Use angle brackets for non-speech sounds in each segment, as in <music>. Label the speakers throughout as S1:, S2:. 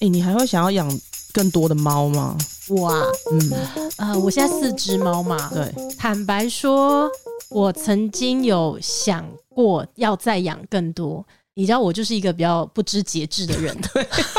S1: 哎、你还会想要养更多的猫吗？
S2: 我啊，
S1: 嗯，
S2: 呃，我现在四只猫嘛，
S1: <laughs> 对，
S2: 坦白说，我曾经有想过要再养更多。你知道我就是一个比较不知节制的
S1: <laughs>
S2: 人，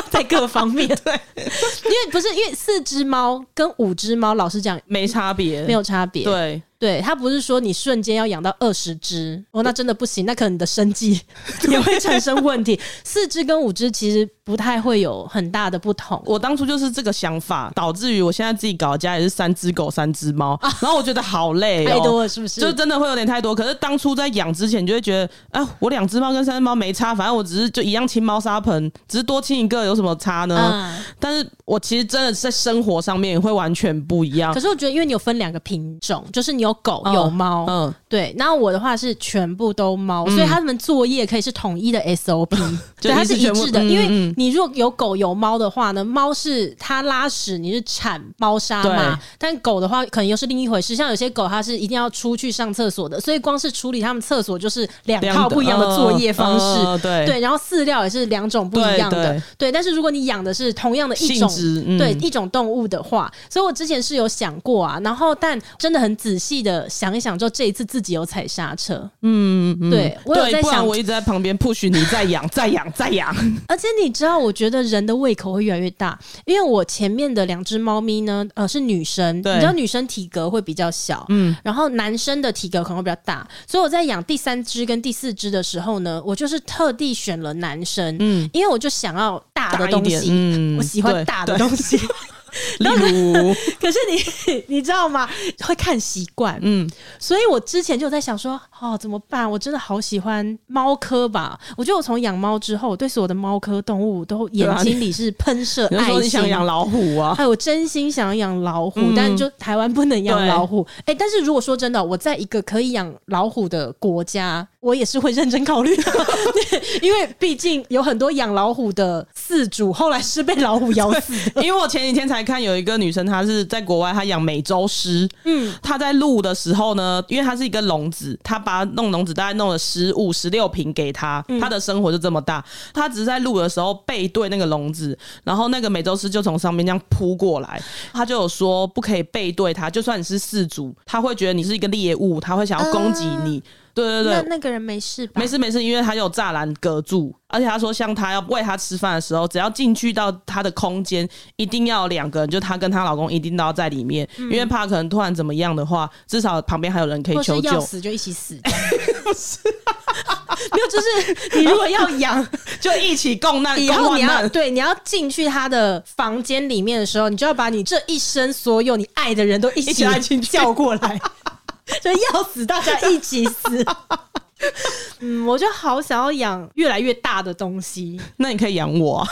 S2: 在各方面。 <laughs> 对，因为不是因为四只猫跟五只猫，老实讲呃
S1: 没差别，
S2: 没有差别。，
S1: 对，
S2: 对，它不是说你瞬间要养到二十只哦，那真的不行，那可能你的
S1: <laughs>
S2: 生计也会产生问题。四只跟五只其实不太会有很大的不同。
S1: 我当初就是这个想法，导致于我现在自己搞家也是三只狗、三只猫，然后我觉得好累
S2: 啊 <laughs> 太
S1: 哦、
S2: 多了是不是？
S1: 就真的会有点太多。可是当初在养之前，你就会觉得啊，我两只猫跟三只猫没差，反正我只是就一样清猫砂盆，只是多清一个有什么差呢？
S2: 嗯，
S1: 但是我其实真的在生活上面会完全不一样
S2: 可。是我觉得，因为你有分两个品种，就是你有狗、
S1: 嗯
S2: 有猫，
S1: 嗯，
S2: 对。然后我的话是全部都猫，所以他们作业可以是统一的
S1: <laughs>
S2: SOP，
S1: 就
S2: 对，它
S1: 你是
S2: 是一
S1: 全部
S2: 致的。
S1: 嗯
S2: 因为
S1: 嗯
S2: 你如果有狗有猫的话呢，猫是它拉屎，你是铲猫砂嘛
S1: 对，
S2: 但狗的话可能又是另一回事。像有些狗它是一定要出去上厕所的，所以光是处理它们厕所就是两套不一样的作业方式。
S1: 嗯嗯对
S2: 对，然后饲料也是两种不一样的，
S1: 对
S2: 对。但是如果你养的是同样的一
S1: 性
S2: 种
S1: 质，嗯
S2: 对一种动物的话，所以我之前是有想过啊，然后但真的很仔细的想一想，之后这一次自己有踩刹车，嗯，对我有
S1: 对，
S2: 在
S1: 不然
S2: 想
S1: 我，一直在旁边 push 你再养、再养、再养。
S2: 而且你知道，我觉得人的胃口会越来越大，因为我前面的两只猫咪呢，呃，是女生，你
S1: 对
S2: 知道女生体格会比较小，嗯，然后男生的体格可能会比较大，所以我在养第三只跟第四只的时候呢，我就是特地选了男生，嗯，因为我就想要大的
S1: 大一
S2: 东
S1: 点
S2: 西，
S1: 嗯
S2: 我喜欢
S1: 对
S2: 大的
S1: 对
S2: 东西。
S1: 例如，
S2: 可是你你 <laughs> 知道吗？会看习惯，嗯，所以我之前就在想说，哦，怎么办？我真的好喜欢猫科吧？我觉得我从养猫之后，我对所有的猫科动物都眼
S1: 啊
S2: 睛里是喷射
S1: <laughs> 你就
S2: 爱
S1: 说
S2: 心。
S1: 你想养老虎啊，
S2: 哎，我真心想养老虎，但就台湾不能养
S1: 对
S2: 老虎。哎、但是如果说真的，我在一个可以养老虎的国家，我也是会认真
S1: <laughs>
S2: 考虑的，对因为毕竟有很多养老虎的饲主后来是被老虎咬死的。
S1: 因为我前几天才看有一个女生，她是在国外，她养美洲狮。嗯，她在录的时候呢，因为她是一个笼子，她把弄笼子大概弄了十五、十六瓶给她，她的生活就这么大。她只是在录的时候背对那个笼子，然后那个美洲狮就从上面这样扑过来，她就有说不可以背对它，就算你是饲主，她会觉得你是一个猎物，她会想要攻击你。对对对，
S2: 那那个人没事吧？
S1: 没事没事，因为他有栅栏隔住，而且他说，像他要喂他吃饭的时候，只要进去到他的空间，一定要有两个人，就她跟她老公一定都要在里面，
S2: 嗯
S1: 因为怕可能突然怎么样的话，至少旁边还有人可以
S2: 或是
S1: 求
S2: 要
S1: 救，
S2: 死就一起 <laughs> 死，不是、没有，就是你如果要养，
S1: 就一起共难
S2: <laughs> 以
S1: 共
S2: 后
S1: 患
S2: 你要
S1: 难。
S2: 对你要进去他的房间里面的时候，你就要把你这一生所有你爱的人都一
S1: 一起
S2: 起
S1: 来进去
S2: 叫过 <laughs> 来，就要死大家一起死。 <laughs> 嗯，我就好想要养越来越大的东西，
S1: 那你可以养我、啊，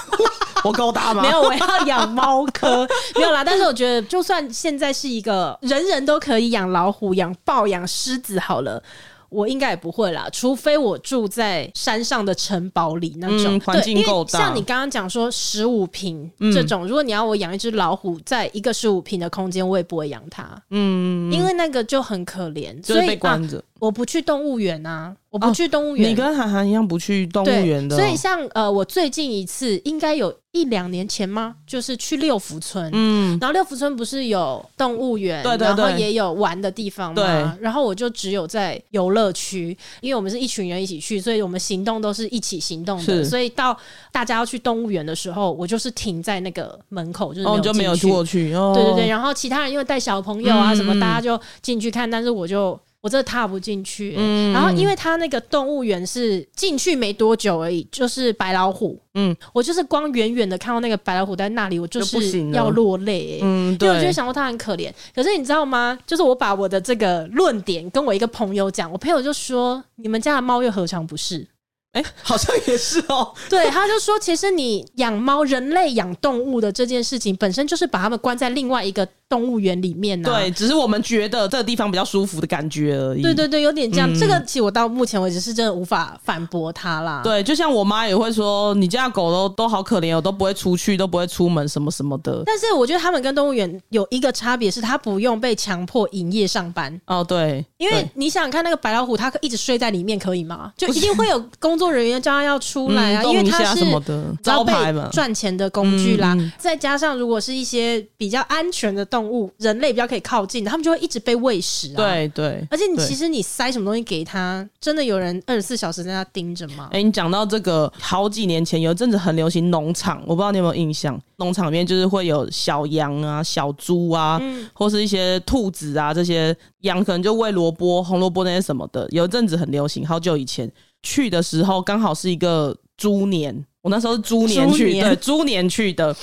S1: 我够大吗？
S2: 没有，我要养猫科，没有啦。但是我觉得，就算现在是一个人人都可以养老虎、养豹、养狮子好了。我应该也不会啦，除非我住在山上的城堡里那种
S1: 嗯环境
S2: 对因为
S1: 够大嗯
S2: 像你刚刚讲说十五平这种，如果你要我养一只老虎，在一个十五平的空间，我也不会养它。嗯，因为那个就很可怜，
S1: 就是
S2: 所以
S1: 被关
S2: 啊
S1: 着。
S2: 我不去动物园啊，我不
S1: 哦
S2: 去动物园。
S1: 你跟涵涵一样不去动物
S2: 对，
S1: 园的哦、
S2: 所以像呃，我最近一次应该有一两年前吗？就是去六福村，嗯，然后六福村不是有动物园，
S1: 对对
S2: 然后
S1: 对
S2: 也有玩的地方嘛，
S1: 对
S2: 然后我就只有在游乐区，因为我们是一群人一起去，所以我们行动都是一起行动的，
S1: 是
S2: 所以到大家要去动物园的时候，我就是停在那个门口，就是
S1: 哦，你就没有
S2: 进去
S1: 过去哦，
S2: 对对对，然后其他人因为带小朋友啊
S1: 嗯
S2: 什么，
S1: 嗯
S2: 大家就进去看，但是我就我真的踏不进去
S1: 嗯
S2: 欸、然后因为他那个动物园是进去没多久而已，就是白老虎，嗯
S1: 嗯，
S2: 我就是光远远的看到那个白老虎在那里，我就
S1: 就不
S2: 是
S1: 行了
S2: 要落泪、欸。
S1: 嗯，
S2: 因为我就会
S1: 对，
S2: 想说他很可怜，可是你知道吗？就是我把我的这个论点跟我一个朋友讲，我朋友就说：“你们家的猫又何尝不是？”
S1: 哎、好像也是哦，
S2: 对，他就说，其实你养猫，人类养动物的这件事情本身就是把它们关在另外一个动物园里面呢、
S1: <laughs>
S2: 啊
S1: 对，只是我们觉得这个地方比较舒服的感觉而已，
S2: 对对对，有点这
S1: 嗯
S2: 样。这个其实我到目前为止是真的无法反驳他啦。
S1: 对，就像我妈也会说，你家的狗都都好可怜哦，都不会出去，都不会出门，什么什么的。
S2: 但是我觉得他们跟动物园有一个差别是，它不用被强迫营业上班。
S1: 哦，对，
S2: 因为
S1: 对
S2: 你想想看，那个白老虎它一直睡在里面可以吗？就一定会有工作人员叫他要出来啊，
S1: 嗯
S2: 因为
S1: 动一
S2: 他
S1: 下
S2: 是
S1: 什么的招牌嘛
S2: 被赚钱的工具啦。
S1: 嗯嗯
S2: 再加上如果是一些比较安全的动物，人类比较可以靠近的，他们就会一直被喂食啊。，
S1: 对对。
S2: 而且你
S1: 对
S2: 其实你塞什么东西给他，真的有人二十四小时在那盯着吗？
S1: 哎、你讲到这个，好几年前有一阵子很流行农场，我不知道你有没有印象？农场里面就是会有小羊啊、小猪啊，
S2: 嗯
S1: 或是一些兔子啊，这些羊可能就喂萝卜、红萝卜那些什么的。有一阵子很流行，好久以前去的时候，刚好是一个猪年，我那时候是猪年
S2: 猪
S1: 去，
S2: 年
S1: 对，猪年去
S2: <laughs>
S1: 的，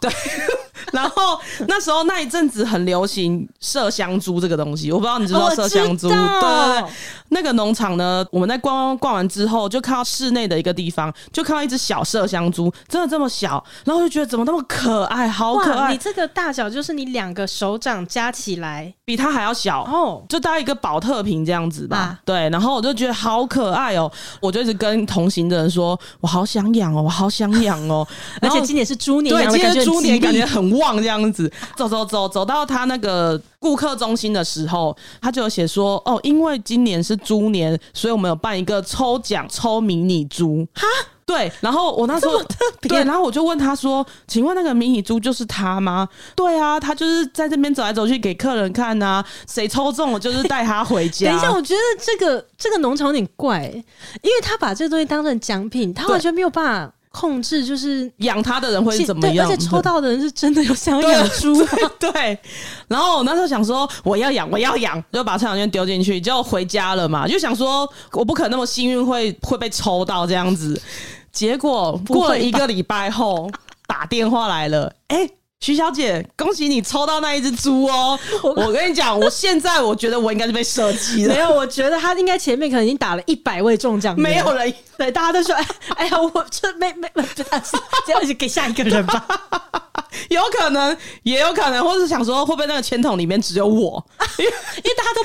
S1: 对。然后那时候那一阵子很流行麝香猪这个东西，我不知道你知不知道麝
S2: 哦
S1: 香猪，
S2: 我
S1: 对
S2: 知道
S1: 对对，那个农场呢，我们在逛逛完之后，就看到室内的一个地方，就看到一只小麝香猪，真的这么小，然后就觉得怎么那么可爱，好可
S2: 哇，你
S1: 爱，
S2: 这个大小就是你两个手掌加起来
S1: 比它还要小。
S2: 哦。
S1: 就大概一个保特瓶这样子吧，
S2: 啊
S1: 对，然后我就觉得好可爱哦、我就一直跟同行的人说，我好想养哦、我好想养 <laughs> 哦、
S2: 而
S1: 然后
S2: 且今年是猪年，
S1: 对，
S2: 养得
S1: 今
S2: 感觉
S1: 天
S2: 很
S1: 猪年
S2: 吉
S1: 感
S2: 利
S1: 觉很旺这样子。 <laughs> 走走走，走到他那个顾客中心的时候，他就有写说：“哦，因为今年是猪年，所以我们有办一个抽奖，抽迷你猪。”哈，对。然后我那时候对，然后我就问他说：“请问那个迷你猪就是他吗？”对啊，他就是在这边走来走去给客人看啊，谁抽中了就是带他回家。
S2: <laughs> 等一下，我觉得这个这个农场有点怪、因为他把这东西当成奖品，他
S1: 对
S2: 完全没有办法控制，就是
S1: 养他的人会
S2: 其
S1: 是怎么样？
S2: 对，而且抽
S1: 对
S2: 到的人啊是真的有想要
S1: 对啊
S2: 养猪，
S1: <laughs> 对，然后我那时候想说我要养，我要养，就把菜场券丢进去，结果回家了嘛，就想说我不可能那么幸运会会被抽到这样子。结果
S2: 会吧
S1: 过了一个礼拜后，打电话来了，哎、徐小姐，恭喜你抽到那一只猪哦！我跟你讲，我现在我觉得我应该是被设计
S2: 没
S1: 了，
S2: 有，我觉得他应该前面可能已经打了一百位中
S1: <laughs> <laughs>
S2: 奖，
S1: 没有。人
S2: 对，大家都说，哎，哎呀，我这没没没，这样就给下一个 <laughs> 人吧。
S1: 有可能，也有可能，或是想说会不会那个签筒里面只有我，因为因为大家都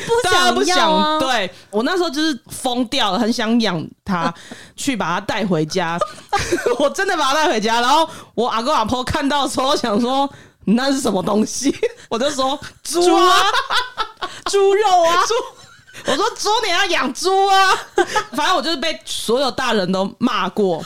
S1: 不
S2: 想要啊
S1: 不想。对我那时候就是疯掉了，很想养它，
S2: <laughs>
S1: 去把它带回家。 <laughs> 我真的把它带回家，然后我阿公阿婆看到的时候想说。那是什么东西？ <laughs> 我就说猪
S2: 猪啊
S1: 啊， <laughs> 猪肉啊，
S2: <laughs>
S1: 猪。我说猪，你要养猪啊！ <laughs> 反正我就是被所有大人都骂
S2: <laughs>
S1: 过，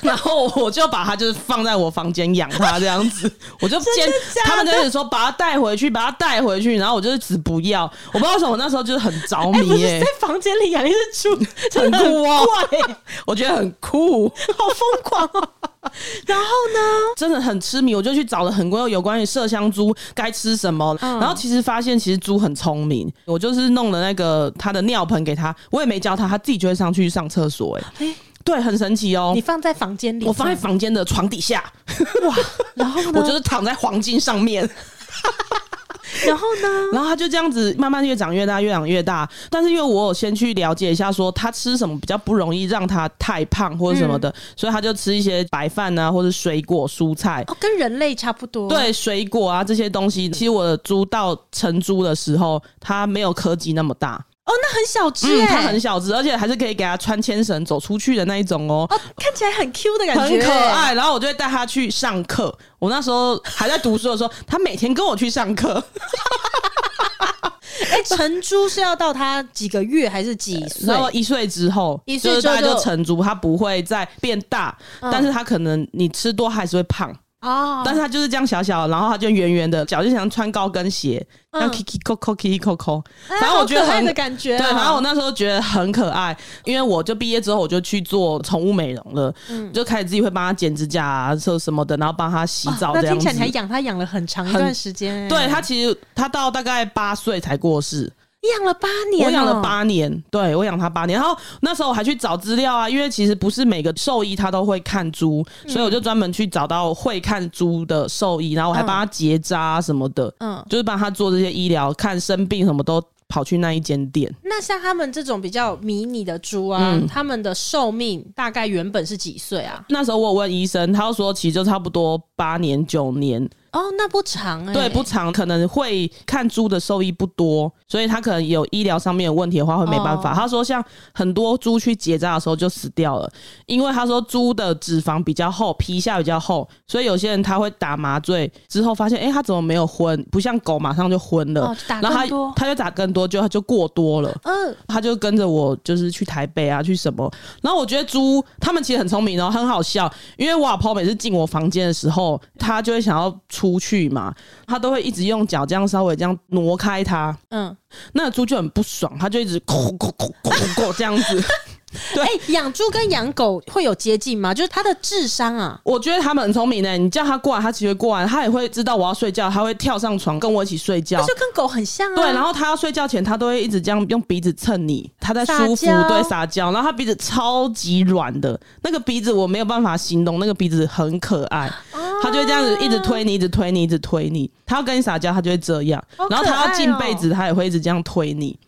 S1: 然后我就把它就是放在我房间养它这样子，我就
S2: 真
S1: 坚
S2: 的假的
S1: 他们就一直说把它带回去，把它带回去，然后我就是死不要，我不知道为什么我那时候就是很着
S2: 哎，不
S1: 迷、
S2: 是
S1: 耶，
S2: 在房间里养一只猪，真的
S1: 很酷哦
S2: 怪
S1: 我觉得很酷，
S2: 好疯狂哦。然后呢？
S1: 真的很痴迷，我就去找了很多有关于麝香猪该吃什么，
S2: 嗯
S1: 然后其实发现其实猪很聪明，我就是弄了那个它的尿盆给它，我也没教它，它自己就会上去上厕所、哎，
S2: 哎，
S1: 对，很神奇哦
S2: 你。放在房间里，
S1: 我放在房间的床底下，
S2: 哇，然后呢？
S1: 我就是躺在黄金上面，
S2: 然后呢？
S1: <laughs> 然后它就这样子慢慢越长越大，越长越大。但是因为我有先去了解一下，说它吃什么比较不容易让它太胖或者什
S2: 嗯
S1: 么的，所以它就吃一些白饭啊，或者水果、蔬菜。
S2: 哦，跟人类差不多。，
S1: 对水果啊这些东西，其实我的猪到成猪的时候，它没有柯基那么大，
S2: 哦，那很小只
S1: 嗯，
S2: 耶，
S1: 它很小只，而且还是可以给它穿牵绳走出去的那一种哦。
S2: 哦，看起来很 Q 的感觉，
S1: 很可爱，然后我就会带它去上课。我那时候还在读书的时候，它每天跟我去上课，
S2: 哎。成猪是要到它几个月还是几岁
S1: 然？后一岁之后，
S2: 一岁
S1: 就是
S2: 之后
S1: 大概就
S2: 就
S1: 成猪，它不会再变大，
S2: 嗯
S1: 但是它可能你吃多它还是会胖，
S2: 哦，
S1: 但是它就是这样小小，然后它就圆圆的，脚就像穿高跟鞋，
S2: 嗯
S1: 像 kiki coco kiki coco，
S2: 哎
S1: 反正我觉得
S2: 好可爱
S1: 很
S2: 的感觉哦。
S1: 对，反正我那时候觉得很可爱，因为我就毕业之后我就去做宠物美容了，
S2: 嗯
S1: 就开始自己会帮它剪指甲啊，什什么的，然后帮它洗澡
S2: 哦
S1: 这
S2: 那
S1: 样
S2: 听起
S1: 子。
S2: 来你还养它养了很长一段时间哎，
S1: 对它其实它到大概八岁才过世，
S2: 你养了八年，哦
S1: 我养了，八年，对我养它八年。然后那时候我还去找资料啊，因为其实不是每个兽医他都会看猪，所以我就专门去找到会看猪的兽医，然后我还帮他结扎啊什么的，
S2: 嗯。
S1: 就是帮他做这些医疗，看生病什么都跑去那一间店。
S2: 那像他们这种比较迷你的猪啊，
S1: 嗯
S2: 他们的寿命大概原本是几岁啊？
S1: 那时候我有问医生，他就说其实就差不多八年九年，
S2: 哦，那不长哎、
S1: 对，不长，可能会看猪的受益不多，所以他可能有医疗上面有问题的话会没办法。
S2: 哦
S1: 他说，像很多猪去结扎的时候就死掉了，因为他说猪的脂肪比较厚，皮下比较厚，所以有些人他会打麻醉之后发现，哎、他怎么没有昏？不像狗马上就昏了，
S2: 哦打
S1: 然后他
S2: 更多
S1: 他就打更多，就他就过多了。
S2: 嗯，
S1: 他就跟着我，就是去台北啊，去什么。然后我觉得猪他们其实很聪明哦，很好笑，因为我阿婆每次进我房间的时候，他就会想要出去嘛，他都会一直用脚这样稍微这样挪开它，
S2: 嗯，
S1: 那个猪就很不爽，他就一直咕咕咕咕咕咕这样子。对
S2: <laughs> 哎、养猪跟养狗会有接近吗？就是它的智商啊，
S1: 我觉得他们很聪明呢，你叫它过来，它其实会过来，它也会知道我要睡觉，它会跳上床跟我一起睡觉
S2: 那。就跟狗很像啊。
S1: 对，然后它要睡觉前，它都会一直这样用鼻子蹭你，它在舒服
S2: 撒娇，
S1: 对撒娇。然后它鼻子超级软的，那个鼻子我没有办法形容，那个鼻子很可爱。
S2: 哦
S1: 它就会这样子一直推你，一直推你，一直推你。它要跟你撒娇，它就会这样
S2: 好。
S1: 然后
S2: 可
S1: 它
S2: 爱
S1: 要进
S2: 哦
S1: 被子，它也会一直这样推你。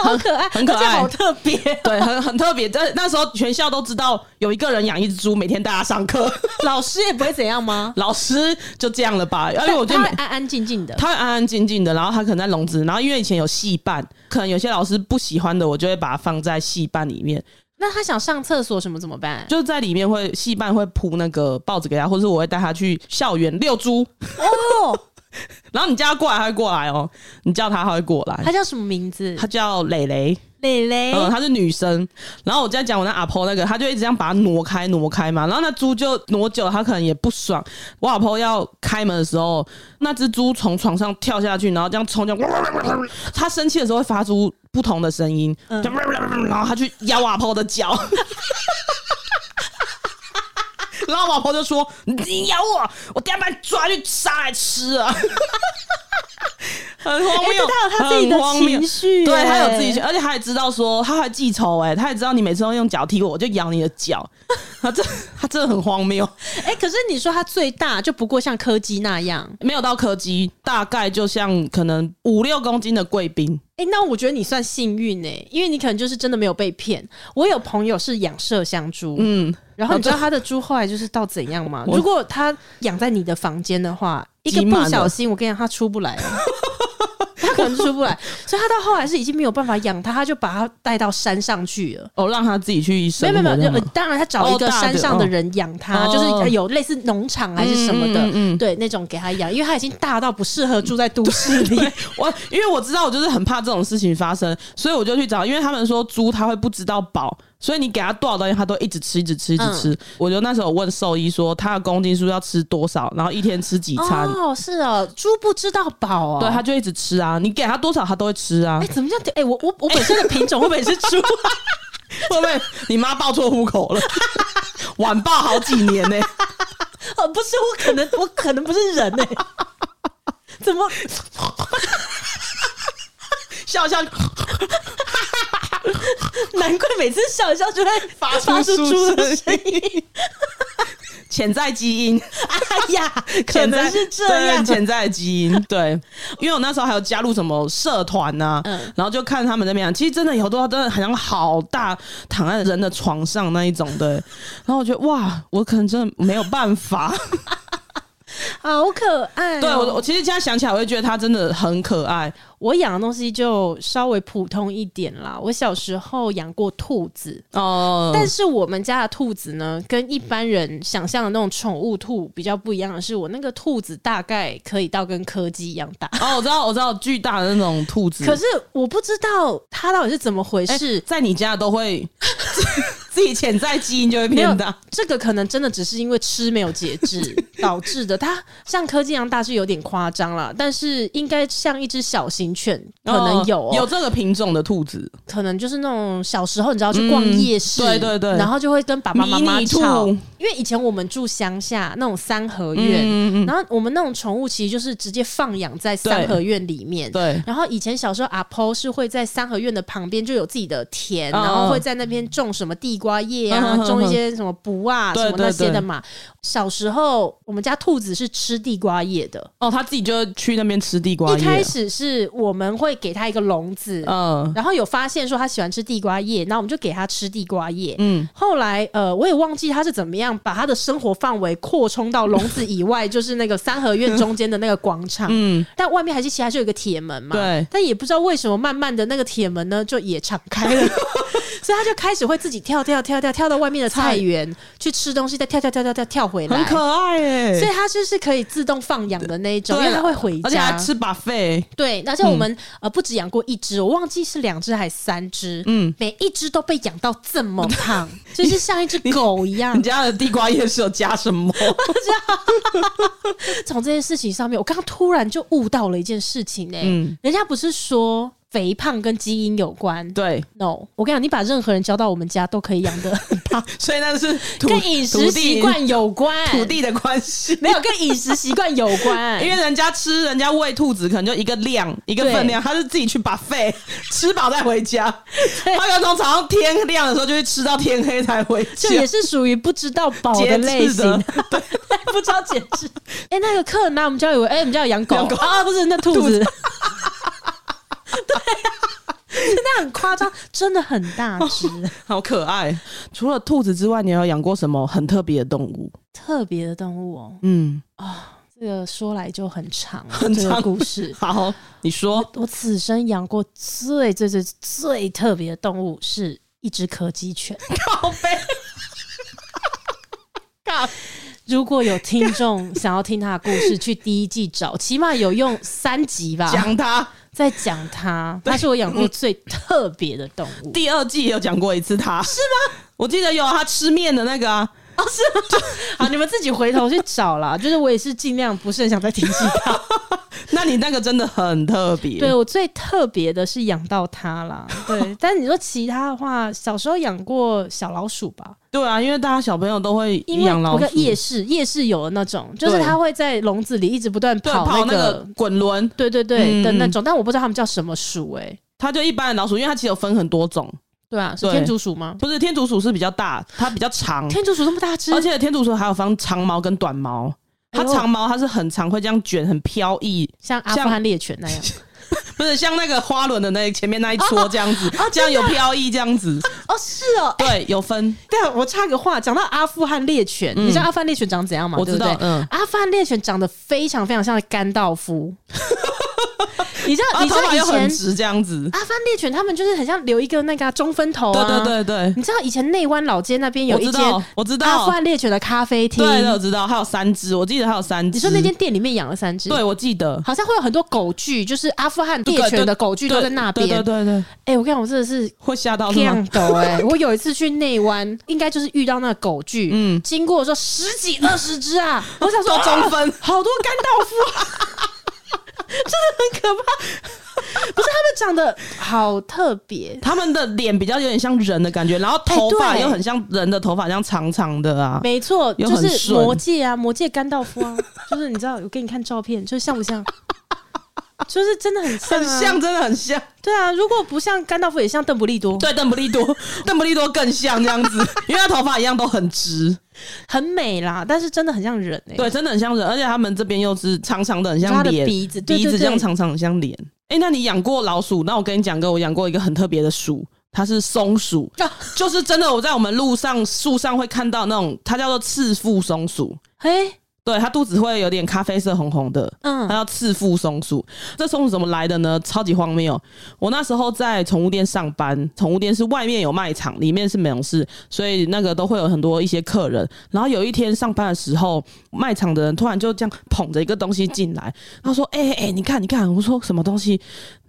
S2: 好可爱，
S1: 很可
S2: 而且
S1: 爱
S2: 好特别。
S1: <laughs> 对，很很特别。但那时候全校都知道有一个人养一只猪，每天带它上课。 <laughs>
S2: 老师也不会怎样吗？
S1: 老师就这样了吧？而且我觉
S2: 它
S1: 得
S2: 会
S1: 每
S2: 安安静静的。
S1: 他会安安静静的，然后他可能在笼子，然后因为以前有戏班，可能有些老师不喜欢的，我就会把它放在戏班里面，
S2: 那它想上厕所什么怎么办？
S1: 就在里面会戏班会铺那个报纸给他，或者我会带他去校园遛猪，
S2: 哦，
S1: 然后你叫他过来，他会过来哦，你叫他他会过来
S2: 它。叫什么名字？
S1: 他叫蕾蕾，
S2: 蕾蕾。
S1: 嗯，她是女生。然后我在讲我那阿婆那个，她就一直这样把它挪开挪开嘛。然后那猪就挪久了，它可能也不爽。我阿婆要开门的时候，那只猪从床上跳下去，然后这样冲，这样。它生气的时候会发出不同的声音，
S2: 嗯
S1: 这样然后它去咬我阿婆的脚。 <laughs> 然后我阿婆就说：“你咬我，我等下把你抓去杀来吃啊！” <laughs> 很荒
S2: 哎
S1: 谬，
S2: 对它有它自己的
S1: 很荒谬
S2: 情绪
S1: 对，它
S2: 哎
S1: 有自己而且他也知道说，他还记仇哎、他也知道你每次都用脚踢我，我就咬你的脚， <laughs> 他这他真的很荒谬，
S2: 哎、可是你说它最大就不过像柯基那样。
S1: 没有到柯基，大概就像可能五六公斤的贵宾，
S2: 哎、那我觉得你算幸运哎、因为你可能就是真的没有被骗。我有朋友是养麝香猪，
S1: 嗯，
S2: 然后你知道他的猪后来就是到怎样吗？如果他养在你的房间的话，一个
S1: 挤满了
S2: 不小心，我跟你讲，他出不
S1: <laughs>
S2: 来了。他可能出不来，所以他到后来是已经没有办法养它，他就把它带到山上去了。
S1: 哦，让他自己去
S2: 没
S1: 生
S2: 有
S1: 活
S2: 没有没
S1: 这样
S2: 有
S1: 吗
S2: 呃，当然他找一个
S1: 哦大的
S2: 山上的人养它，
S1: 哦
S2: 就是有类似农场还是什么的，
S1: 嗯嗯嗯嗯
S2: 对那种给他养，因为他已经大到不适合住在都市 <laughs> 里。
S1: 我因为我知道我就是很怕这种事情发生，所以我就去找，因为他们说猪它会不知道饱，所以你给它多少东西它都一直吃，一直吃，
S2: 嗯
S1: 一直吃。我就那时候有问兽医说它的公斤数要吃多少，然后一天吃几餐，
S2: 哦，是哦，猪不知道饱哦。
S1: 对，它就一直吃啊，你给它多少它都会吃啊
S2: 哎、。怎么样？哎、我我我本身的品种会不会是猪？ <laughs>
S1: <laughs> 会不会你妈报错户口了？ <laughs> 晚报好几年呢、
S2: 哦，不是，我可能我可能不是人哎、怎么？
S1: 笑笑
S2: 难怪每次笑一笑就会发
S1: 出
S2: 出猪的声音。
S1: 音，潜在基因，
S2: 哎呀，可能是这
S1: 对。
S2: 样
S1: 潜在的基因，对，因为我那时候还有加入什么社团呐、
S2: 嗯
S1: 然后就看他们那边，啊其实真的有多少真的好像好大，躺在人的床上那一种的，然后我觉得哇，我可能真的没有办法。
S2: 好可爱哦、
S1: 对我，我其实现在想起来，我会觉得他真的很可爱。
S2: 我养的东西就稍微普通一点啦。我小时候养过兔子，
S1: 哦、
S2: 但是我们家的兔子呢，跟一般人想象的那种宠物兔比较不一样的是，我那个兔子大概可以到跟柯基一样大。
S1: 哦，我知道，我知道，巨大的那种兔子，
S2: 可是我不知道它到底是怎么回
S1: 嗯哎
S2: 事，
S1: 在你家都会 <laughs> 自己潜在基因就会
S2: 没有
S1: 变大。
S2: 这个可能真的只是因为吃没有节
S1: <laughs>
S2: 制导致的。它像柯基羊大是有点夸张了，但是应该像一只小型犬，可能有、哦
S1: 有这个品种的兔子，
S2: 可能就是那种小时候你知道去逛夜市，
S1: 嗯对对对
S2: 然后就会跟爸爸妈妈
S1: 迷你兔
S2: 吵，因为以前我们住乡下那种三合院，
S1: 嗯
S2: 然后我们那种宠物其实就是直接放养在三合院里面。
S1: 对，
S2: 然后以前小时候阿婆是会在三合院的旁边就有自己的田，
S1: 嗯
S2: 然后会在那边种什么地瓜叶啊，
S1: 嗯哼
S2: 种一些什么补啊
S1: 对
S2: 什么那
S1: 对
S2: 些
S1: 对
S2: 的嘛。小时候我们家兔子是吃地瓜叶的，
S1: 哦，他自己就去那边吃地瓜叶。
S2: 一开始是我们会给它一个笼子，
S1: 嗯
S2: 然后有发现说它喜欢吃地瓜叶，那我们就给它吃地瓜叶。
S1: 嗯，
S2: 后来，呃，我也忘记他是怎么样把他的生活范围扩充到笼子以外，就是那个三合院中间的那个广场。
S1: 嗯，
S2: 但外面还是其实还是有一个铁门嘛。
S1: 对
S2: 但也不知道为什么，慢慢的那个铁门呢就也敞开
S1: <laughs>
S2: 了，所以他就开始会自己跳跳跳跳跳到外面的菜园去吃东西，再跳跳跳跳跳跳回来。
S1: 很可爱哎、
S2: 所以它就是可以自动放养的那一种，因
S1: 对
S2: 为它会回家，
S1: 而且还吃把费。
S2: 对，而且我
S1: 嗯
S2: 们、呃不止养过一只，我忘记是两只还是三只，嗯
S1: 嗯，
S2: 每一只都被养到这么
S1: <laughs>
S2: 胖，就是像一只狗一样
S1: 你。家的地瓜叶是有加什
S2: <laughs>
S1: 么？
S2: 从这件事情上面，我刚刚突然就悟到了一件事情呢、
S1: 嗯
S2: 人家不是说肥胖跟基因有关
S1: 对，
S2: ？No，我跟你讲，你把任何人交到我们家都可以养的胖，
S1: 所以那是 <laughs> 土
S2: 跟饮食习惯有关，
S1: 土地土地的关系。
S2: 没有跟饮食习惯有关，
S1: <laughs> 因为人家吃，人家喂兔子可能就一个量一个
S2: 对
S1: 分量，他是自己去把费 <laughs> 吃饱再回家。
S2: 对
S1: 他有从早上天亮的时候就会吃到天黑才回
S2: 这也
S1: 家。
S2: 是属于不知道饱的
S1: 节
S2: 类
S1: 制
S2: 型
S1: <laughs> 的，
S2: 对，不知道节制。哎、那个客人拿我们家以为，哎、我们家有养狗
S1: 养狗
S2: 啊，不是那兔
S1: 兔
S2: 子，
S1: 子
S2: <laughs> 对啊，那很夸张，真的很大
S1: <laughs>
S2: 只，
S1: 好可爱！除了兔子之外，你还有养过什么很特别的动物？
S2: 特别的动物哦。
S1: 嗯，
S2: 这个说来就很长，
S1: 很
S2: 这个
S1: 长
S2: 故事。
S1: 好，你 <laughs> 说
S2: 我此生养过最最最最特别的动物是一只柯基犬。
S1: 靠 <laughs> 背。
S2: 如果有听众想要听他的故事，去第一季找，起码有用三集吧。
S1: 讲它。
S2: 在讲它，它是我养过最特别的动物。
S1: 第二季有讲过一次它，是吗？我记得有它吃面的那个啊，
S2: <laughs> 好，你们自己回头去找啦。 <laughs> 就是我也是尽量不是很想再提起它。
S1: 那你那个真的很特别。
S2: 对我最特别的是养到它啦。对，但你说其他的话，小时候养过小老鼠吧？
S1: 对啊，因为大家小朋友都会
S2: 因为
S1: 养
S2: 我
S1: 老
S2: 跟
S1: 鼠，
S2: 夜市夜市有的那种，就是
S1: 对
S2: 它会在笼子里一直不断
S1: 对，
S2: 跑
S1: 跑那
S2: 个
S1: 个。滚轮，
S2: 对对对
S1: 嗯
S2: 的那种，但我不知道它们叫什么鼠哎、
S1: 它就一般的老鼠，因为它其实有分很多种，
S2: 对啊，是
S1: 对
S2: 天竺鼠吗？
S1: 不是天竺鼠是比较大，它比较长，
S2: 天竺鼠这么大只，
S1: 而且天竺鼠还有分长毛跟短毛。
S2: 哎呦
S1: 它长毛它是很长，会这样卷，很飘逸，
S2: 像阿富
S1: 像
S2: 汗猎犬那样，
S1: 不是像那个花轮的那前面那一撮这样子，这样有飘逸这样
S2: <laughs>
S1: 子。
S2: 哦，是哦，
S1: 对，有分，
S2: 对啊，我插个话，讲到阿富汗猎犬，你知道阿富汗猎犬长怎样吗？
S1: 嗯我
S2: 对
S1: 知
S2: 不对
S1: 道，嗯。
S2: 阿富汗猎犬长得非常非常像甘道
S1: <laughs>
S2: 夫。你知道，
S1: 啊，
S2: 你知
S1: 头
S2: 道
S1: 发
S2: 哦以
S1: 又很
S2: 前
S1: 直这样子。
S2: 阿富汗猎犬他们就是很像留一个那个啊、中分头啊。
S1: 对对对对，
S2: 你知道以前内湾老街那边有
S1: 我
S2: 一
S1: 知
S2: 间
S1: 道，我知
S2: 阿
S1: 道，
S2: 富汗猎犬的咖啡厅
S1: 对，，对我知道，还有三只，我记得还有三只。
S2: 你说那间？店里面养了三只，
S1: 对，我记得，
S2: 好像会有很多狗具，就是阿富汗猎犬的狗具都在那边。
S1: 对对对对，
S2: 哎、我跟你讲，我真的是
S1: 会吓
S2: <laughs>
S1: 到是
S2: 亮
S1: 哦吗？嗯
S2: 斗哎！我有一次去内湾，应该就是遇到那个狗剧，嗯，
S1: 嗯
S2: 经过的时候十几二十
S1: <laughs>
S2: 只啊，我想说
S1: 多中分
S2: 啊好多甘道夫、啊，真的很可怕。不是他们长得好特别，
S1: 他们的脸比较有点像人的感觉，然后头
S2: 哎
S1: 发
S2: 对
S1: 又很像人的头发，这样长长的啊。
S2: 没错，
S1: 又
S2: 就
S1: 很
S2: 是
S1: 顺
S2: 魔界啊，魔界甘道夫
S1: <laughs>
S2: 啊，就是你知道，我给你看照片，就是像不像？ <laughs> 就是真的很像、
S1: 很
S2: 啊，
S1: 像，真的很像。
S2: 对啊。如果不像甘道夫，也像邓布利多，
S1: 对，邓布利多，邓布利多更像这样子，因为他头发一样都很直。
S2: 很美啦，但是真的很像人哎、
S1: 对，真的很像人，而且他们这边又是长长的，很像
S2: 他的
S1: 脸，
S2: 鼻子对
S1: 鼻
S2: 对
S1: 子这样
S2: 对
S1: 长长，很像脸。哎、那你养过老鼠？那我跟你讲个，我养过一个很特别的鼠，它是松鼠，
S2: 啊
S1: 就是真的，我在我们路上树上会看到那种，它叫做赤腹松鼠，
S2: 哎、
S1: 对，它肚子会有点咖啡色红红的，它
S2: 嗯，
S1: 叫赤腹松鼠。这松鼠怎么来的呢？超级荒谬！我那时候在宠物店上班，宠物店是外面有卖场，里面是美容室，所以那个都会有很多一些客人。然后有一天上班的时候，卖场的人突然就这样捧着一个东西进来，他说：“哎、欸、哎、你看你看！”我说：“什么东西？”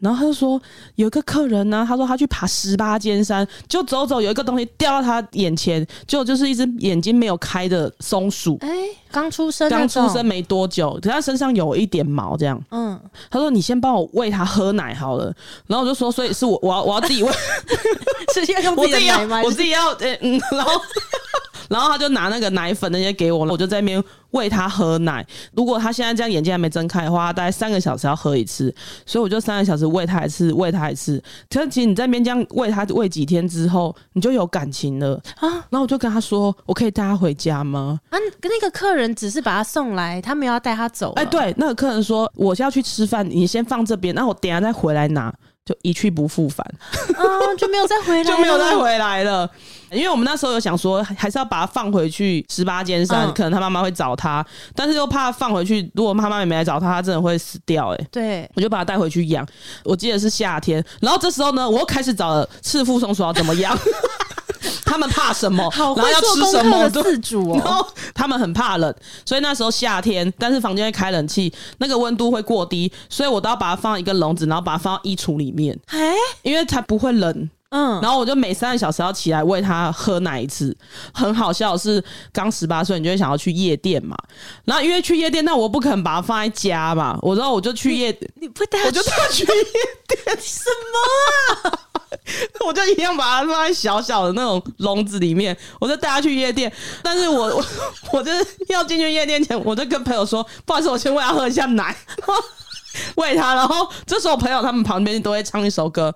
S1: 然后他就说：“有一个客人呢、他说他去爬十八尖山，就走走有一个东西掉到他眼前，结果就是一只眼睛没有开的松鼠。”
S2: 哎、刚出生，
S1: 刚出生，没多久，可是他身上有一点毛，这样。
S2: 嗯。
S1: <laughs> 他说：“你先帮我喂它喝奶好了。”然后我就说：“所以是我，
S2: <laughs>
S1: 我要我要自己喂，
S2: 是要用
S1: 我自己要，
S2: 吗
S1: <laughs> 我自己要，呃、嗯，然后。”然后他就拿那个奶粉那些给我，我就在那边喂他喝奶。如果他现在这样眼睛还没睁开的话，他大概三个小时要喝一次，所以我就三个小时喂他一次，喂他一次。可是其实你在那边这样喂他喂几天之后，你就有感情了啊。然后我就跟他说：“我可以带他回家吗？”
S2: 啊，那个客人只是把他送来，他没有要带他走。
S1: 哎、对，那个客人说：“我是要去吃饭，你先放这边，那我等一下再回来拿。”就一去不复返。
S2: 啊，就没有再回来，
S1: 就没有再。回来了。因为我们那时候有想说，还是要把它放回去十八尖山，
S2: 嗯
S1: 可能他妈妈会找他，但是又怕放回去，如果妈妈也没来找他，他真的会死掉、欸。哎，
S2: 对，
S1: 我就把它带回去养。我记得是夏天，然后这时候呢，我又开始找了赤腹松鼠要怎么养， <laughs> 他们怕什么，然后
S2: 好会
S1: 要
S2: 做
S1: 吃
S2: 功
S1: 什么，
S2: 课
S1: 对
S2: 的自主
S1: 然 <laughs>
S2: 哦。
S1: 后他们很怕冷，所以那时候夏天，但是房间会开冷气，那个温度会过低，所以我都要把它放一个笼子，然后把它放到衣橱里面，
S2: 哎，
S1: 因为才不会冷。
S2: 嗯，
S1: 然后我就每三个小时要起来喂他喝奶一次。很好笑的是，刚十八岁，你就会想要去夜店嘛。然后因为去夜店，那我不肯把它放在家嘛，我知道我就去夜，
S2: 你不带
S1: 我
S2: 他
S1: 就带它去夜店，
S2: 什么啊？
S1: <laughs> 我就一样把它放在小小的那种笼子里面，我就带它去夜店。但是我我我就是要进去夜店前，我就跟朋友说，不好意思，我先喂它喝一下奶。喂它，然后这时候我朋友他们旁边都会唱一首歌，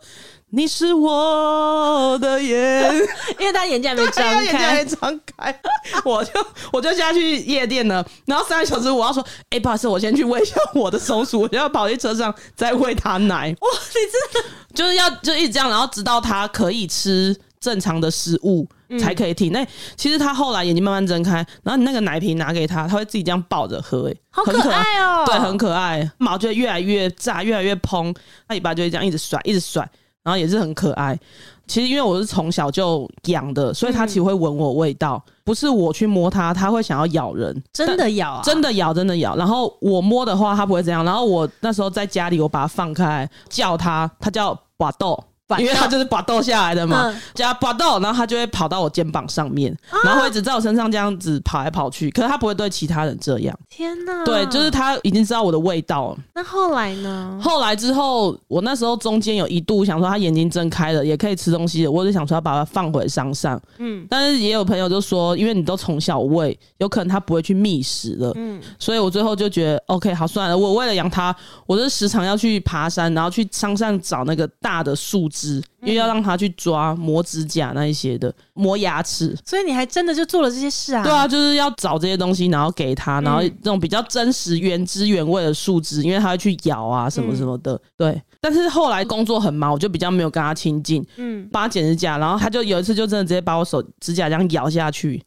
S1: 你是我的眼。
S2: 因为他眼睛还没张
S1: 啊哎他眼睛还
S2: 开
S1: 没，张开， <laughs> 我就我就下去夜店了。然后三个小时，我要说，哎、不好意思，我先去喂一下我的松鼠，我就要跑去车上再喂它奶，
S2: 哇，你真的
S1: 就是要就一直这样，然后直到它可以吃正常的食物。才可以停。那其实它后来眼睛慢慢睁开，然后你那个奶瓶拿给它，它会自己这样抱着喝、哎，
S2: 好
S1: 很
S2: 可爱哦
S1: <laughs> 对，很可爱。毛就会越来越炸，越来越蓬，它尾巴就会这样一直甩，一直甩，然后也是很可爱。其实因为我是从小就养的，所以它其实会闻我味道，不是我去摸它，它会想要咬人，
S2: 真的咬啊，
S1: 真的咬，真的咬。然后我摸的话，它不会这样。然后我那时候在家里，我把它放开来叫它，它叫把豆。
S2: 拔豆
S1: 因为它就是把豆下来的嘛啊
S2: 嗯，
S1: 加把豆，然后它就会跑到我肩膀上面，然后会一直在我身上这样子跑来跑去。可是它不会对其他人这样，
S2: 天哪！
S1: 对，就是它已经知道我的味道了。
S2: 那后来呢？
S1: 后来之后，我那时候中间有一度想说他眼睛睁开了，也可以吃东西了，我就想说要把它放回山上。
S2: 嗯
S1: 但是也有朋友就说，因为你都从小喂，有可能他不会去觅食了，
S2: 嗯，
S1: 所以我最后就觉得 OK，好算了。我为了养它，我就时常要去爬山，然后去山上找那个大的树枝，因为要让它去抓磨指甲那一些的，磨牙齿。
S2: 所以你还真的就做了这些事啊？
S1: 对啊，就是要找这些东西，然后给它，然后
S2: 嗯
S1: 那种比较真实、原汁原味的树枝，因为它会去咬啊什么什么
S2: 嗯
S1: 的。对，但是后来工作很忙，我就比较没有跟它亲近，
S2: 嗯，
S1: 帮它剪指甲，然后它就有一次就真的直接把我手指甲这样咬下去，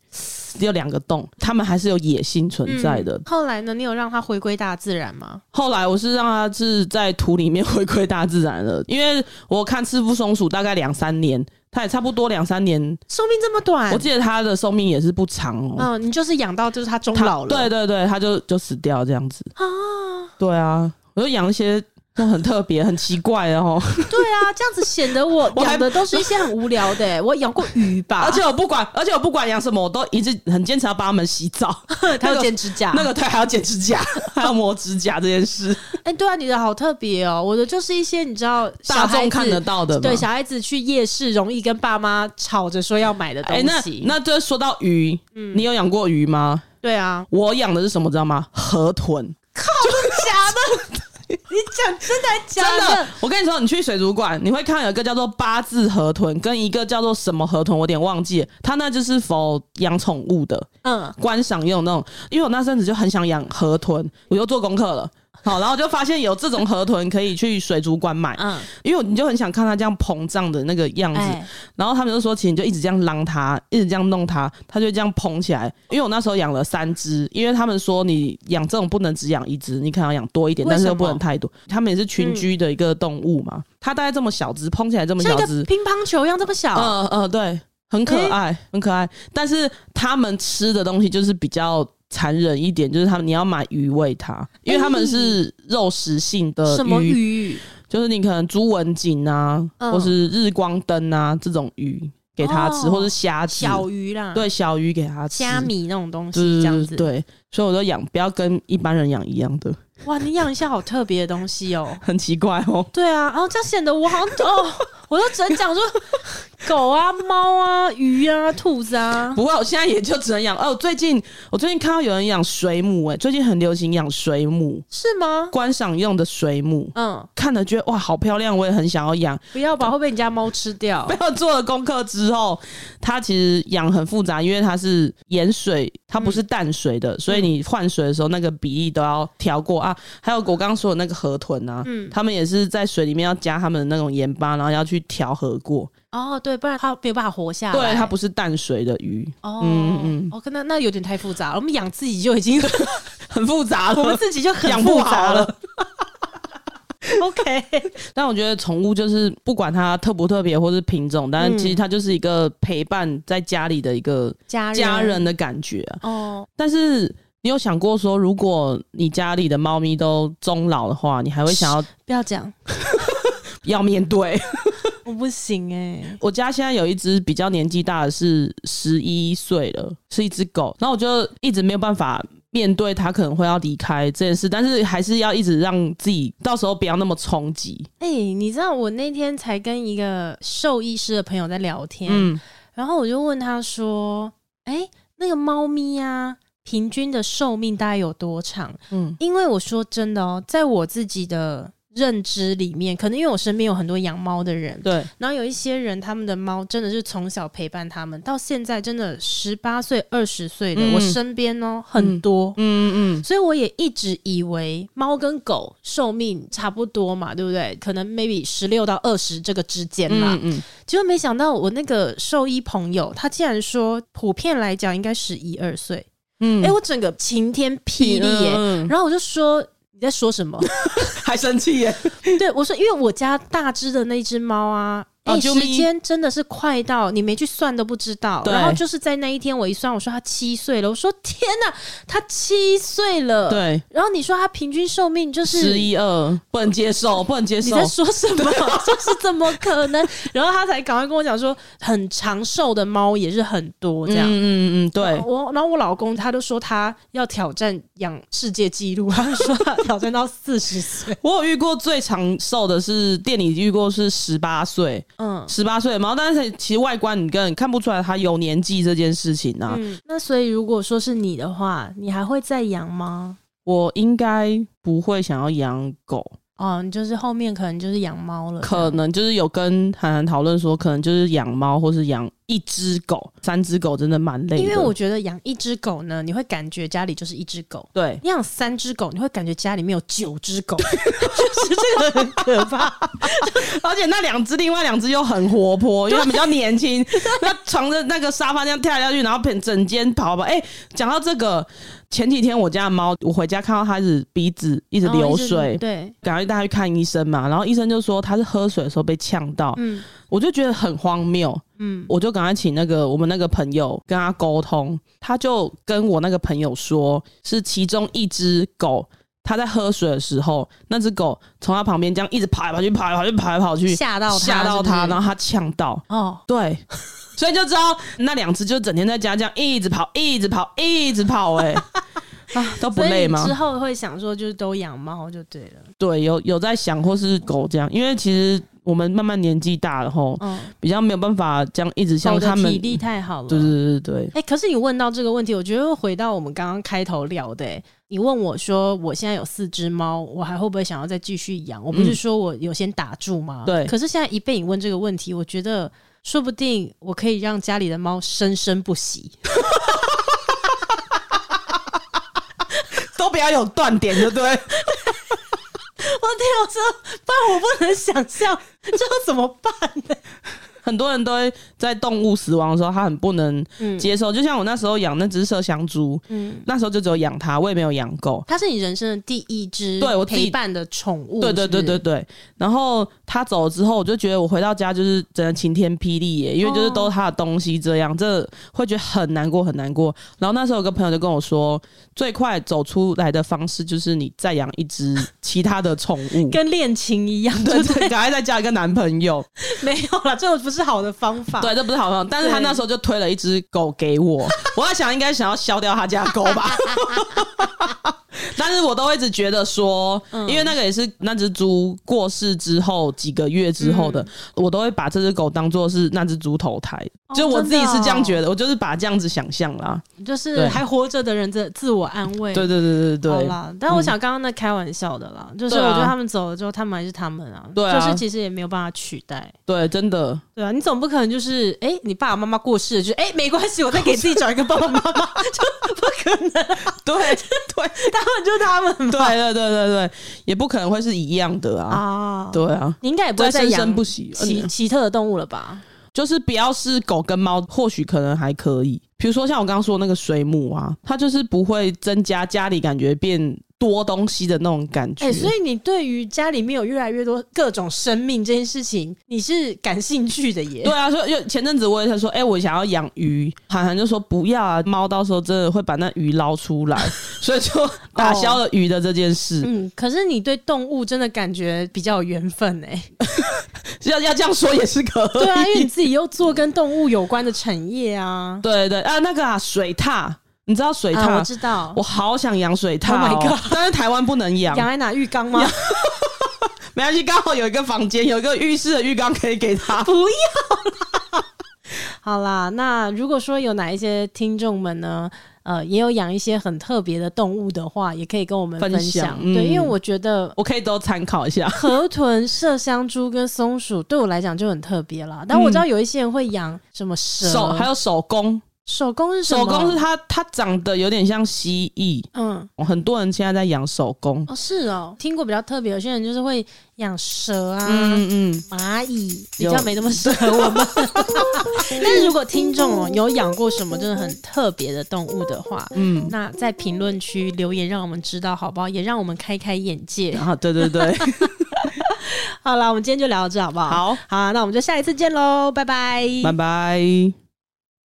S1: 有两个洞。他们还是有野心存在的。
S2: 嗯后来呢？你有让他回归大自然吗？
S1: 后来我是让它是在土里面回归大自然了，因为我看赤腹松鼠大概两三年，它也差不多两三年，
S2: 寿命这么短
S1: 我，记得它的寿命也是不长哦、
S2: 嗯，你就是养到就是他终
S1: 它
S2: 老了，
S1: 对对对，它就就死掉这样子。
S2: 啊，
S1: 对啊，我就养一些那很特别、很奇怪的哦。
S2: 对啊，这样子显得我
S1: <laughs> 我还啊
S2: 养的都是一些很无聊
S1: <laughs>
S2: 的欸，我养过鱼吧
S1: 而，且我不管，而且我不管养什么，我都一直很坚持要帮它们洗澡。
S2: 还
S1: 那
S2: 有
S1: 个
S2: 剪指甲，
S1: 那个对，还要剪指甲， <laughs> 还要磨指甲这件事，
S2: 哎、对啊，你的好特别哦，我的就是一些你知道
S1: 大
S2: 小孩
S1: 众
S2: 子
S1: 看得到的嘛。
S2: 对，小孩子去夜市容易跟爸妈吵着说要买的东
S1: 哎、那
S2: 西。嗯
S1: 那就说到鱼，你有养过鱼吗？，
S2: 对啊
S1: 我养的是什么，知道吗？河豚。
S2: 假的， <laughs> 你讲真的还
S1: 真
S2: 假
S1: 的，我跟你说，你去水族馆，你会看有一个叫做八字河豚，跟一个叫做什么河豚，我有点忘记了。它那就是否养宠物的，
S2: 嗯，
S1: 观赏用那种，因为我那阵子就很想养河豚，我就做功课了。好，然后就发现有这种河豚可以去水族馆买，
S2: 嗯
S1: 因为你就很想看它这样膨胀的那个样子。
S2: 哎
S1: 然后他们就说，其实你就一直这样浪它，一直这样弄它，它就这样膨起来。因为我那时候养了三只，因为他们说你养这种不能只养一只，你可能要养多一点，
S2: 为
S1: 但是
S2: 什
S1: 又
S2: 么
S1: 不能太多。它们也是群居的一个动物嘛，它大概这么小只，膨起来这么
S2: 像
S1: 小
S2: 一个
S1: 只，
S2: 乒乓球一样这么小，
S1: 嗯嗯，对，很可
S2: 诶
S1: 爱，很可爱。但是他们吃的东西就是比较残忍一点，就是他们你要买鱼喂它，因为他们是肉食性的
S2: 哎什么鱼？
S1: 就是你可能猪文锦啊，
S2: 嗯
S1: 或是日光灯啊这种鱼给它吃，
S2: 哦
S1: 或是虾子，
S2: 小鱼啦，，
S1: 对小鱼给它吃，
S2: 虾米那种东
S1: 对
S2: 西这样
S1: 对
S2: 子。
S1: 对，对所以我都养，不要跟一般人养一样的。
S2: 哇，你养一些好特别的东西哦。
S1: 很奇怪
S2: <laughs>
S1: 哦。
S2: 对啊，然后这样显得我好像
S1: <laughs>
S2: 哦，我都只能讲说狗啊、猫啊、鱼啊、兔子啊。
S1: 不过我现在也就只能养哦。最近我最近看到有人养水母、哎，最近很流行养水母，
S2: 是吗？
S1: 观赏用的水母，
S2: 嗯，
S1: 看了觉得哇，好漂亮，我也很想要养。 <laughs>
S2: 不要吧，会被你家猫吃掉
S1: 被。我做了功课之后，它其实养很复杂，因为它是盐水，它不是淡水的，所以你换水的时候那个比例都要调过啊。还有我刚刚说的那个河豚啊，
S2: 嗯
S1: 他们也是在水里面要加他们的那种盐巴，然后要去调和过。
S2: 哦，对，不然它没有办法活下来。
S1: 对，它不是淡水的鱼，
S2: 哦，
S1: 嗯
S2: 嗯嗯，哦，那那有点太复杂了。我们养自己就已经，
S1: 很复杂
S2: <laughs> 我们
S1: 了。
S2: 自己就很
S1: 养不
S2: 复
S1: 好
S2: 杂
S1: 了。 <laughs>
S2: <laughs> OK，
S1: 但我觉得宠物就是不管它特不特别或是品种，但是其实它就是一个陪伴在家里的一个
S2: 家人
S1: 家人的感觉啊。
S2: 哦，
S1: 但是你有想过说，如果你家里的猫咪都终老的话，你还会想要
S2: 不要讲，
S1: 要面对？
S2: 我不行哎、
S1: 我家现在有一只比较年纪大的是十一岁了，是一只狗，然后我就一直没有办法。面对它可能会要离开这件事，但是还是要一直让自己到时候不要那么冲击。
S2: 哎、你知道我那天才跟一个兽医师的朋友在聊天，
S1: 嗯，
S2: 然后我就问他说：“哎、那个猫咪啊，平均的寿命大概有多长？”
S1: 嗯，
S2: 因为我说真的哦，在我自己的认知里面，可能因为我身边有很多养猫的人，
S1: 对，
S2: 然后有一些人他们的猫真的是从小陪伴他们到现在，真的十八岁、二十岁的，
S1: 嗯
S2: 我身边哦很多。
S1: 嗯嗯
S2: 所以我也一直以为猫跟狗寿命差不多嘛，对不对？可能 maybe 十六到二十这个之间啦。
S1: 嗯嗯，
S2: 结果没想到我那个兽医朋友，他竟然说普遍来讲应该十一二岁。
S1: 嗯
S2: 哎、我整个晴天霹雳耶、
S1: 嗯嗯
S2: 然后我就说你在说什
S1: <laughs>
S2: 么？<laughs>
S1: 还生气耶？
S2: 对我说，因为我家大只的那只猫
S1: 哦
S2: 啊。哎、
S1: 啾
S2: 时
S1: 咪
S2: 间真的是快到，你没去算都不知道。
S1: 对
S2: 然后就是在那一天，我一算，我说它七岁了，我说天哪，它七岁了。。
S1: 对，
S2: 然后你说它平均寿命就是
S1: 十一二不能接受，不能接
S2: 你
S1: 受啊
S2: 在。说什么？ <laughs> 就是怎么可能？然后他才赶快跟我讲说，很长寿的猫也是很多这
S1: 嗯
S2: 样。
S1: 嗯嗯，对，
S2: 我然后我老公他都说他要挑战养世界纪录， <laughs> 他就说他挑战到四十岁。
S1: 我有遇过最长寿的是店里遇过是十八岁，
S2: 嗯
S1: 十八岁的猫，但是其实外观你根本看不出来它有年纪这件事情啊。
S2: 嗯，那所以如果说是你的话，你还会再养吗？
S1: 我应该不会想要养狗，
S2: 哦，你就是后面可能就是养猫了。
S1: 可能就是有跟涵涵讨论说，可能就是养猫或是养一只狗，三只狗真的蛮累的。
S2: 因为我觉得养一只狗呢，你会感觉家里就是一只狗；
S1: 对
S2: 你养三只狗，你会感觉家里面有九只狗，就是这个很可怕。
S1: <laughs> 而且那两只，另外两只又很活泼，因为它们比较年轻。那床的那个沙发这样跳来跳去，然后整整间跑吧。哎、讲到这个，前几天我家的猫，我回家看到它是鼻子 <laughs> 一直
S2: 然后
S1: 流
S2: 就是
S1: 水，
S2: 对，
S1: 赶快带它去看医生嘛。然后医生就说它是喝水的时候被呛到，
S2: 嗯
S1: 我就觉得很荒谬。
S2: 嗯，
S1: 我就赶快请那个我们那个朋友跟他沟通，他就跟我那个朋友说，是其中一只狗。它在喝水的时候，那只狗从它旁边这样一直跑来跑去，跑来跑去，跑来跑 <laughs> 去，
S2: 吓到它
S1: 吓到
S2: 是不
S1: 它，
S2: 是
S1: 然后它呛到，
S2: 哦，
S1: 对，所以就知道那两只就整天在家这样一直跑，一直跑，一直跑、
S2: <laughs>
S1: 欸，哎，啊，都不
S2: 所以
S1: 累
S2: 你
S1: 吗
S2: 之？后会想说，就是都养猫就对了。
S1: 对，有有在想，或是狗这样，因为其实我们慢慢年纪大了吼，
S2: 嗯，
S1: 比较没有办法这样一直像
S2: 狗的
S1: 他们，
S2: 体力太好了。
S1: 对对对对，
S2: 哎、可是你问到这个问题，我觉得又回到我们刚刚开头聊的、欸。你问我说，我现在有四只猫，我还会不会想要再继续养？我不是
S1: 嗯
S2: 说我有先打住吗？
S1: 对
S2: 可是现在一被你问这个问题，我觉得说不定我可以让家里的猫生生不息。 <laughs>
S1: 都不要有断点，对不对？
S2: 我天，我说，不然我不能想象，这要怎么办呢、
S1: 很多人都会在动物死亡的时候，他很不能
S2: 嗯
S1: 接受。就像我那时候养那只麝香猪，
S2: 嗯，
S1: 那时候就只有养它，我也没有养狗。
S2: 它是你人生的第一只
S1: 对我自己
S2: 陪伴的宠物，
S1: 对对
S2: 是不
S1: 对
S2: 是
S1: 对对，然后他走了之后，我就觉得我回到家就是真的晴天霹雳
S2: 哦
S1: 耶，因为就是都是他的东西这样，这会觉得很难过很难过。然后那时候有个朋友就跟我说，最快走出来的方式就是你再养一只其他的宠物，
S2: <laughs> 跟恋情一样，
S1: 对
S2: 就
S1: 对，
S2: 是
S1: 赶快再加一个男朋友。
S2: <laughs> 没有了，这种不是好的方
S1: <laughs>
S2: 法。
S1: 对，这不是好朋友，但是他那时候就推了一
S2: <laughs>
S1: 只狗给我，我在想应该想要消掉他家狗吧。那 <laughs> 但是我都一直觉得说，
S2: 嗯
S1: 因为那个也是那只猪过世之后几个月之后
S2: 嗯
S1: 的，我都会把这只狗当做是那只猪投胎，
S2: 哦
S1: 就我自己是这样觉
S2: 真
S1: 得，我就是把这样子想象啦。
S2: 就是
S1: 对
S2: 还活着的人的自我安慰。
S1: 对对对对
S2: 好
S1: 对，
S2: 啦，但我想刚刚那开玩笑的啦，就是
S1: 对啊
S2: 我觉得他们走了之后，他们还是他们啊，
S1: 对啊
S2: 就是其实也没有办法取代，
S1: 对，真
S2: <laughs>
S1: 的，
S2: 对啊，你总不可能就是哎、诶你爸爸妈妈过世了，就是哎、诶没关系，我再给自己找一个爸爸
S1: <laughs>
S2: 妈妈，就不可能，
S1: 对对
S2: <laughs> 他们就他们
S1: 对啊对对对对，也不可能会是一样的啊。
S2: 啊，
S1: 对啊，
S2: 你应该也不会
S1: 这
S2: 再
S1: 生
S2: 养
S1: 生不息，
S2: 奇
S1: 嗯
S2: 奇特的动物了吧？
S1: 就是不要是狗跟猫，或许可能还可以。比如说像我刚刚说那个水母啊，它就是不会增加家里感觉变多东西的那种感觉。
S2: 哎、所以你对于家里面有越来越多各种生命这件事情，你是感兴趣的耶？
S1: 对啊，所以就前阵子我也在说，哎、我想要养鱼，涵涵就说不要啊，猫到时候真的会把那鱼捞出
S2: <laughs>
S1: 来，所以就打消了鱼的这件事。
S2: 嗯，可是你对动物真的感觉比较有缘分哎、
S1: 要要这样说也是可以。
S2: 对啊，因为你自己又做跟动物有关的产业啊。
S1: 对对啊，那个啊，水獭，你知道水獭、
S2: 啊，我知道
S1: 我。好想养水獭、哦
S2: Oh my god
S1: 但是台湾不能养，
S2: 养在哪
S1: <laughs>
S2: 浴缸吗？
S1: 没关系，刚好有一个房间，有一个浴室的浴缸可以给它。
S2: 不要啦。好啦，那如果说有哪一些听众们呢，呃，也有养一些很特别的动物的话，也可以跟我们
S1: 分
S2: 分
S1: 享嗯
S2: 对，因为我觉得
S1: 我可以都参考一下。
S2: <laughs> 河豚、麝香猪跟松鼠对我来讲就很特别啦。但我知道有一些人会养什么蛇，
S1: 手还有手工，
S2: 手工是什么？
S1: 手工是它它长得有点像蜥蜴，
S2: 嗯
S1: 很多人现在在养手工。
S2: 哦是哦，听过比较特别，有些人就是会养蛇啊。
S1: 嗯嗯，
S2: 蚂蚁比
S1: 有
S2: 较没那么适合我 <laughs> 们，但是如果听众哦有养过什么真的很特别的动物的话，
S1: 嗯，
S2: 那在评论区留言让我们知道好不好？也让我们开开眼界。
S1: 啊，对对对，
S2: 好啦，我们今天就聊到这好不好？
S1: 好，
S2: 好，那我们就下一次见喽，拜拜，
S1: <laughs> 拜拜。